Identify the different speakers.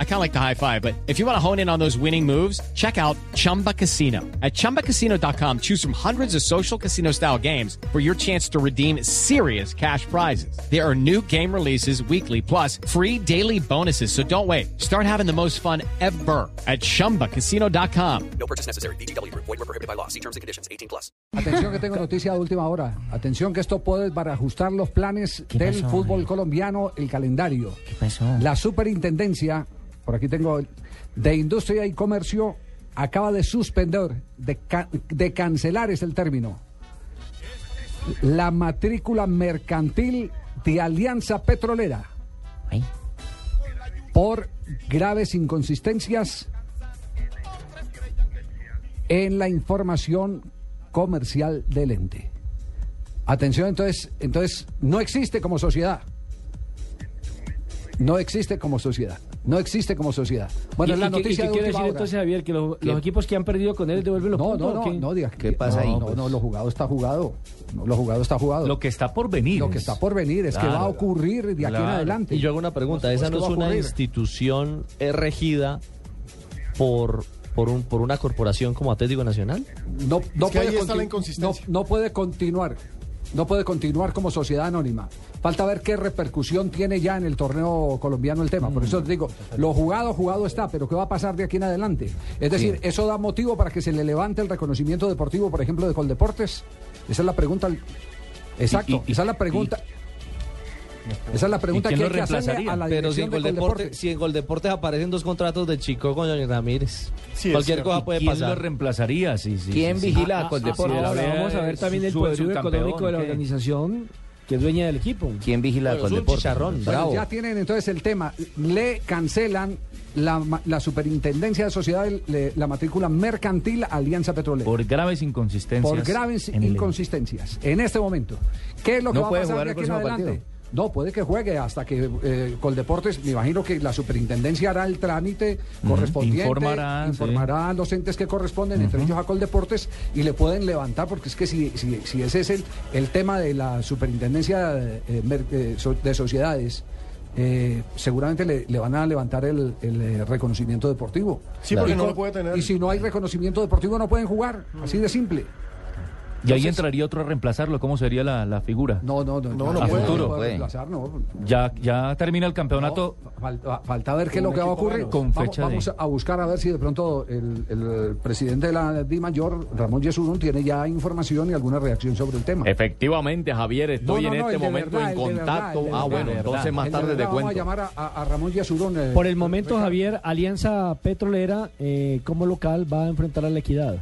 Speaker 1: I kind of like the high five, but if you want to hone in on those winning moves, check out Chumba Casino. At chumbacasino.com, choose from hundreds of social casino style games for your chance to redeem serious cash prizes. There are new game releases weekly, plus free daily bonuses. So don't wait. Start having the most fun ever at chumbacasino.com.
Speaker 2: No purchase necessary. BGW. Void were prohibited by law. See terms and conditions. 18 plus.
Speaker 3: Atención que tengo noticia de última hora. Atención que esto puede para ajustar los planes del
Speaker 4: pasó,
Speaker 3: fútbol
Speaker 4: Mario?
Speaker 3: colombiano, el calendario.
Speaker 4: ¿Qué pasó?
Speaker 3: La superintendencia, por aquí tengo, de Industria y Comercio acaba de suspender, de, ca- de cancelar es el término, la matrícula mercantil de Alianza Petrolera
Speaker 4: Ay,
Speaker 3: por graves inconsistencias en la información comercial del ente. Atención, entonces, entonces no existe como sociedad. No existe como sociedad. No existe como sociedad. Bueno,
Speaker 5: ¿Y-
Speaker 3: es la
Speaker 5: y qué- y
Speaker 3: noticia
Speaker 5: qué
Speaker 3: de
Speaker 5: quiere
Speaker 3: última
Speaker 5: decir
Speaker 3: hora.
Speaker 5: entonces, Javier? ¿Que lo-
Speaker 3: ¿Qué?
Speaker 5: los equipos que han perdido con él devuelven los
Speaker 3: No,
Speaker 5: puntos?
Speaker 3: no,
Speaker 5: o
Speaker 3: no,
Speaker 5: qué?
Speaker 3: no digas que
Speaker 6: ¿Qué pasa
Speaker 3: no,
Speaker 6: ahí,
Speaker 3: No, no, lo jugado está jugado. No, lo jugado está jugado.
Speaker 6: Lo que está por venir.
Speaker 3: Lo que está por venir es que
Speaker 6: Claro,
Speaker 3: va a ocurrir de aquí en
Speaker 6: Claro.
Speaker 3: adelante.
Speaker 7: Y yo hago una pregunta,
Speaker 3: Por
Speaker 7: ¿esa no
Speaker 3: supuesto
Speaker 7: Pues es
Speaker 3: va a
Speaker 7: una
Speaker 3: ocurrir.
Speaker 7: institución eh, regida por, por, un, por una corporación como Atlético Nacional?
Speaker 3: no, no
Speaker 8: Es que
Speaker 3: puede
Speaker 8: ahí está la
Speaker 3: continu-
Speaker 8: inconsistencia.
Speaker 3: no- no puede continuar. No puede continuar como sociedad anónima. Falta ver qué repercusión tiene ya en el torneo colombiano el tema. Por
Speaker 6: Mm.
Speaker 3: eso te digo, lo jugado, jugado está, pero ¿qué va a pasar de aquí en adelante? Es decir, ¿eso da motivo para que se le levante el reconocimiento deportivo, por ejemplo, de Coldeportes? Esa es la pregunta. Exacto,
Speaker 6: y-
Speaker 3: esa es la pregunta. Esa es la pregunta que
Speaker 6: quién
Speaker 3: hay
Speaker 6: lo
Speaker 3: que hacerle
Speaker 6: reemplazaría?
Speaker 3: a la
Speaker 7: Pero si
Speaker 3: dirección
Speaker 7: en,
Speaker 3: de
Speaker 7: Goldeporte,
Speaker 3: Coldeportes.
Speaker 7: si en Goldeportes aparecen dos contratos de Chico con Johnny Ramírez,
Speaker 8: Sí, es
Speaker 7: cualquier
Speaker 8: cierto.
Speaker 7: cosa puede
Speaker 6: ¿Quién lo
Speaker 7: pasar.
Speaker 6: reemplazaría? Sí, sí,
Speaker 4: ¿Quién
Speaker 6: sí, sí.
Speaker 4: vigila
Speaker 5: Ah,
Speaker 4: a
Speaker 6: sí,
Speaker 4: Coldeportes?
Speaker 6: la
Speaker 5: Ahora
Speaker 6: verdad,
Speaker 5: vamos a ver
Speaker 6: eh,
Speaker 5: también el
Speaker 6: sube
Speaker 5: poderío
Speaker 6: subcampeón,
Speaker 5: económico de la
Speaker 6: ¿qué?
Speaker 5: organización que es dueña del equipo.
Speaker 4: ¿Quién vigila
Speaker 7: Bueno,
Speaker 4: con
Speaker 7: es un
Speaker 4: deporte?
Speaker 7: chicharrón.
Speaker 3: Bueno,
Speaker 7: Bravo.
Speaker 3: ya tienen entonces el tema. Le cancelan la, ma- la superintendencia de sociedades le- la matrícula mercantil Alianza Petrolera. Por,
Speaker 6: Por graves inconsistencias.
Speaker 3: graves
Speaker 6: en el-
Speaker 3: inconsistencias en este momento. ¿Qué es lo que
Speaker 4: No
Speaker 3: va a
Speaker 4: puede
Speaker 3: pasar
Speaker 4: jugar
Speaker 3: de
Speaker 4: el
Speaker 3: aquí en
Speaker 4: próximo
Speaker 3: adelante?
Speaker 4: partido.
Speaker 3: No, puede que juegue hasta que eh, Coldeportes, me imagino que la superintendencia hará el trámite correspondiente,
Speaker 6: informará, sí.
Speaker 3: informará a los entes que corresponden, entre ellos a Coldeportes, y le pueden levantar, porque es que si, si, si ese es el, el tema de la superintendencia eh, mer- eh, so- de sociedades, eh, seguramente le, le van a levantar el, el, eh, reconocimiento deportivo.
Speaker 8: Sí, porque
Speaker 3: Y
Speaker 8: no
Speaker 3: con-
Speaker 8: lo puede tener.
Speaker 3: Y si no hay reconocimiento deportivo, no pueden jugar, así de simple.
Speaker 6: Y ahí entraría otro a reemplazarlo. ¿Cómo sería la, la figura?
Speaker 3: No, no, no.
Speaker 8: No, no
Speaker 3: a
Speaker 8: puede,
Speaker 3: futuro.
Speaker 6: no
Speaker 3: puede
Speaker 4: puede.
Speaker 3: reemplazar, no.
Speaker 6: Ya, ya termina el campeonato.
Speaker 3: No, fal- fa- falta ver qué es lo
Speaker 8: Un
Speaker 3: que va a
Speaker 8: equipo
Speaker 3: ocurrir.
Speaker 8: menos.
Speaker 6: Con
Speaker 3: vamos
Speaker 6: fecha de-
Speaker 3: vamos a buscar a ver si de pronto el, el presidente de la Di Mayor, Ramón Yesurún, tiene ya información y alguna reacción sobre el tema.
Speaker 9: Efectivamente, Javier, estoy
Speaker 3: No, no,
Speaker 9: en
Speaker 3: no,
Speaker 9: este
Speaker 3: el de
Speaker 9: momento
Speaker 3: verdad,
Speaker 9: en
Speaker 3: el de verdad,
Speaker 9: contacto.
Speaker 3: el de
Speaker 9: ah,
Speaker 3: verdad.
Speaker 9: bueno,
Speaker 6: El de
Speaker 9: entonces
Speaker 6: verdad.
Speaker 9: más
Speaker 3: El de
Speaker 9: tarde te
Speaker 3: verdad, Vamos a
Speaker 9: cuento.
Speaker 3: llamar a, a- a Ramón Yesurún. eh,
Speaker 5: Por el momento, Javier, Alianza Petrolera eh, como local va a enfrentar a la Equidad.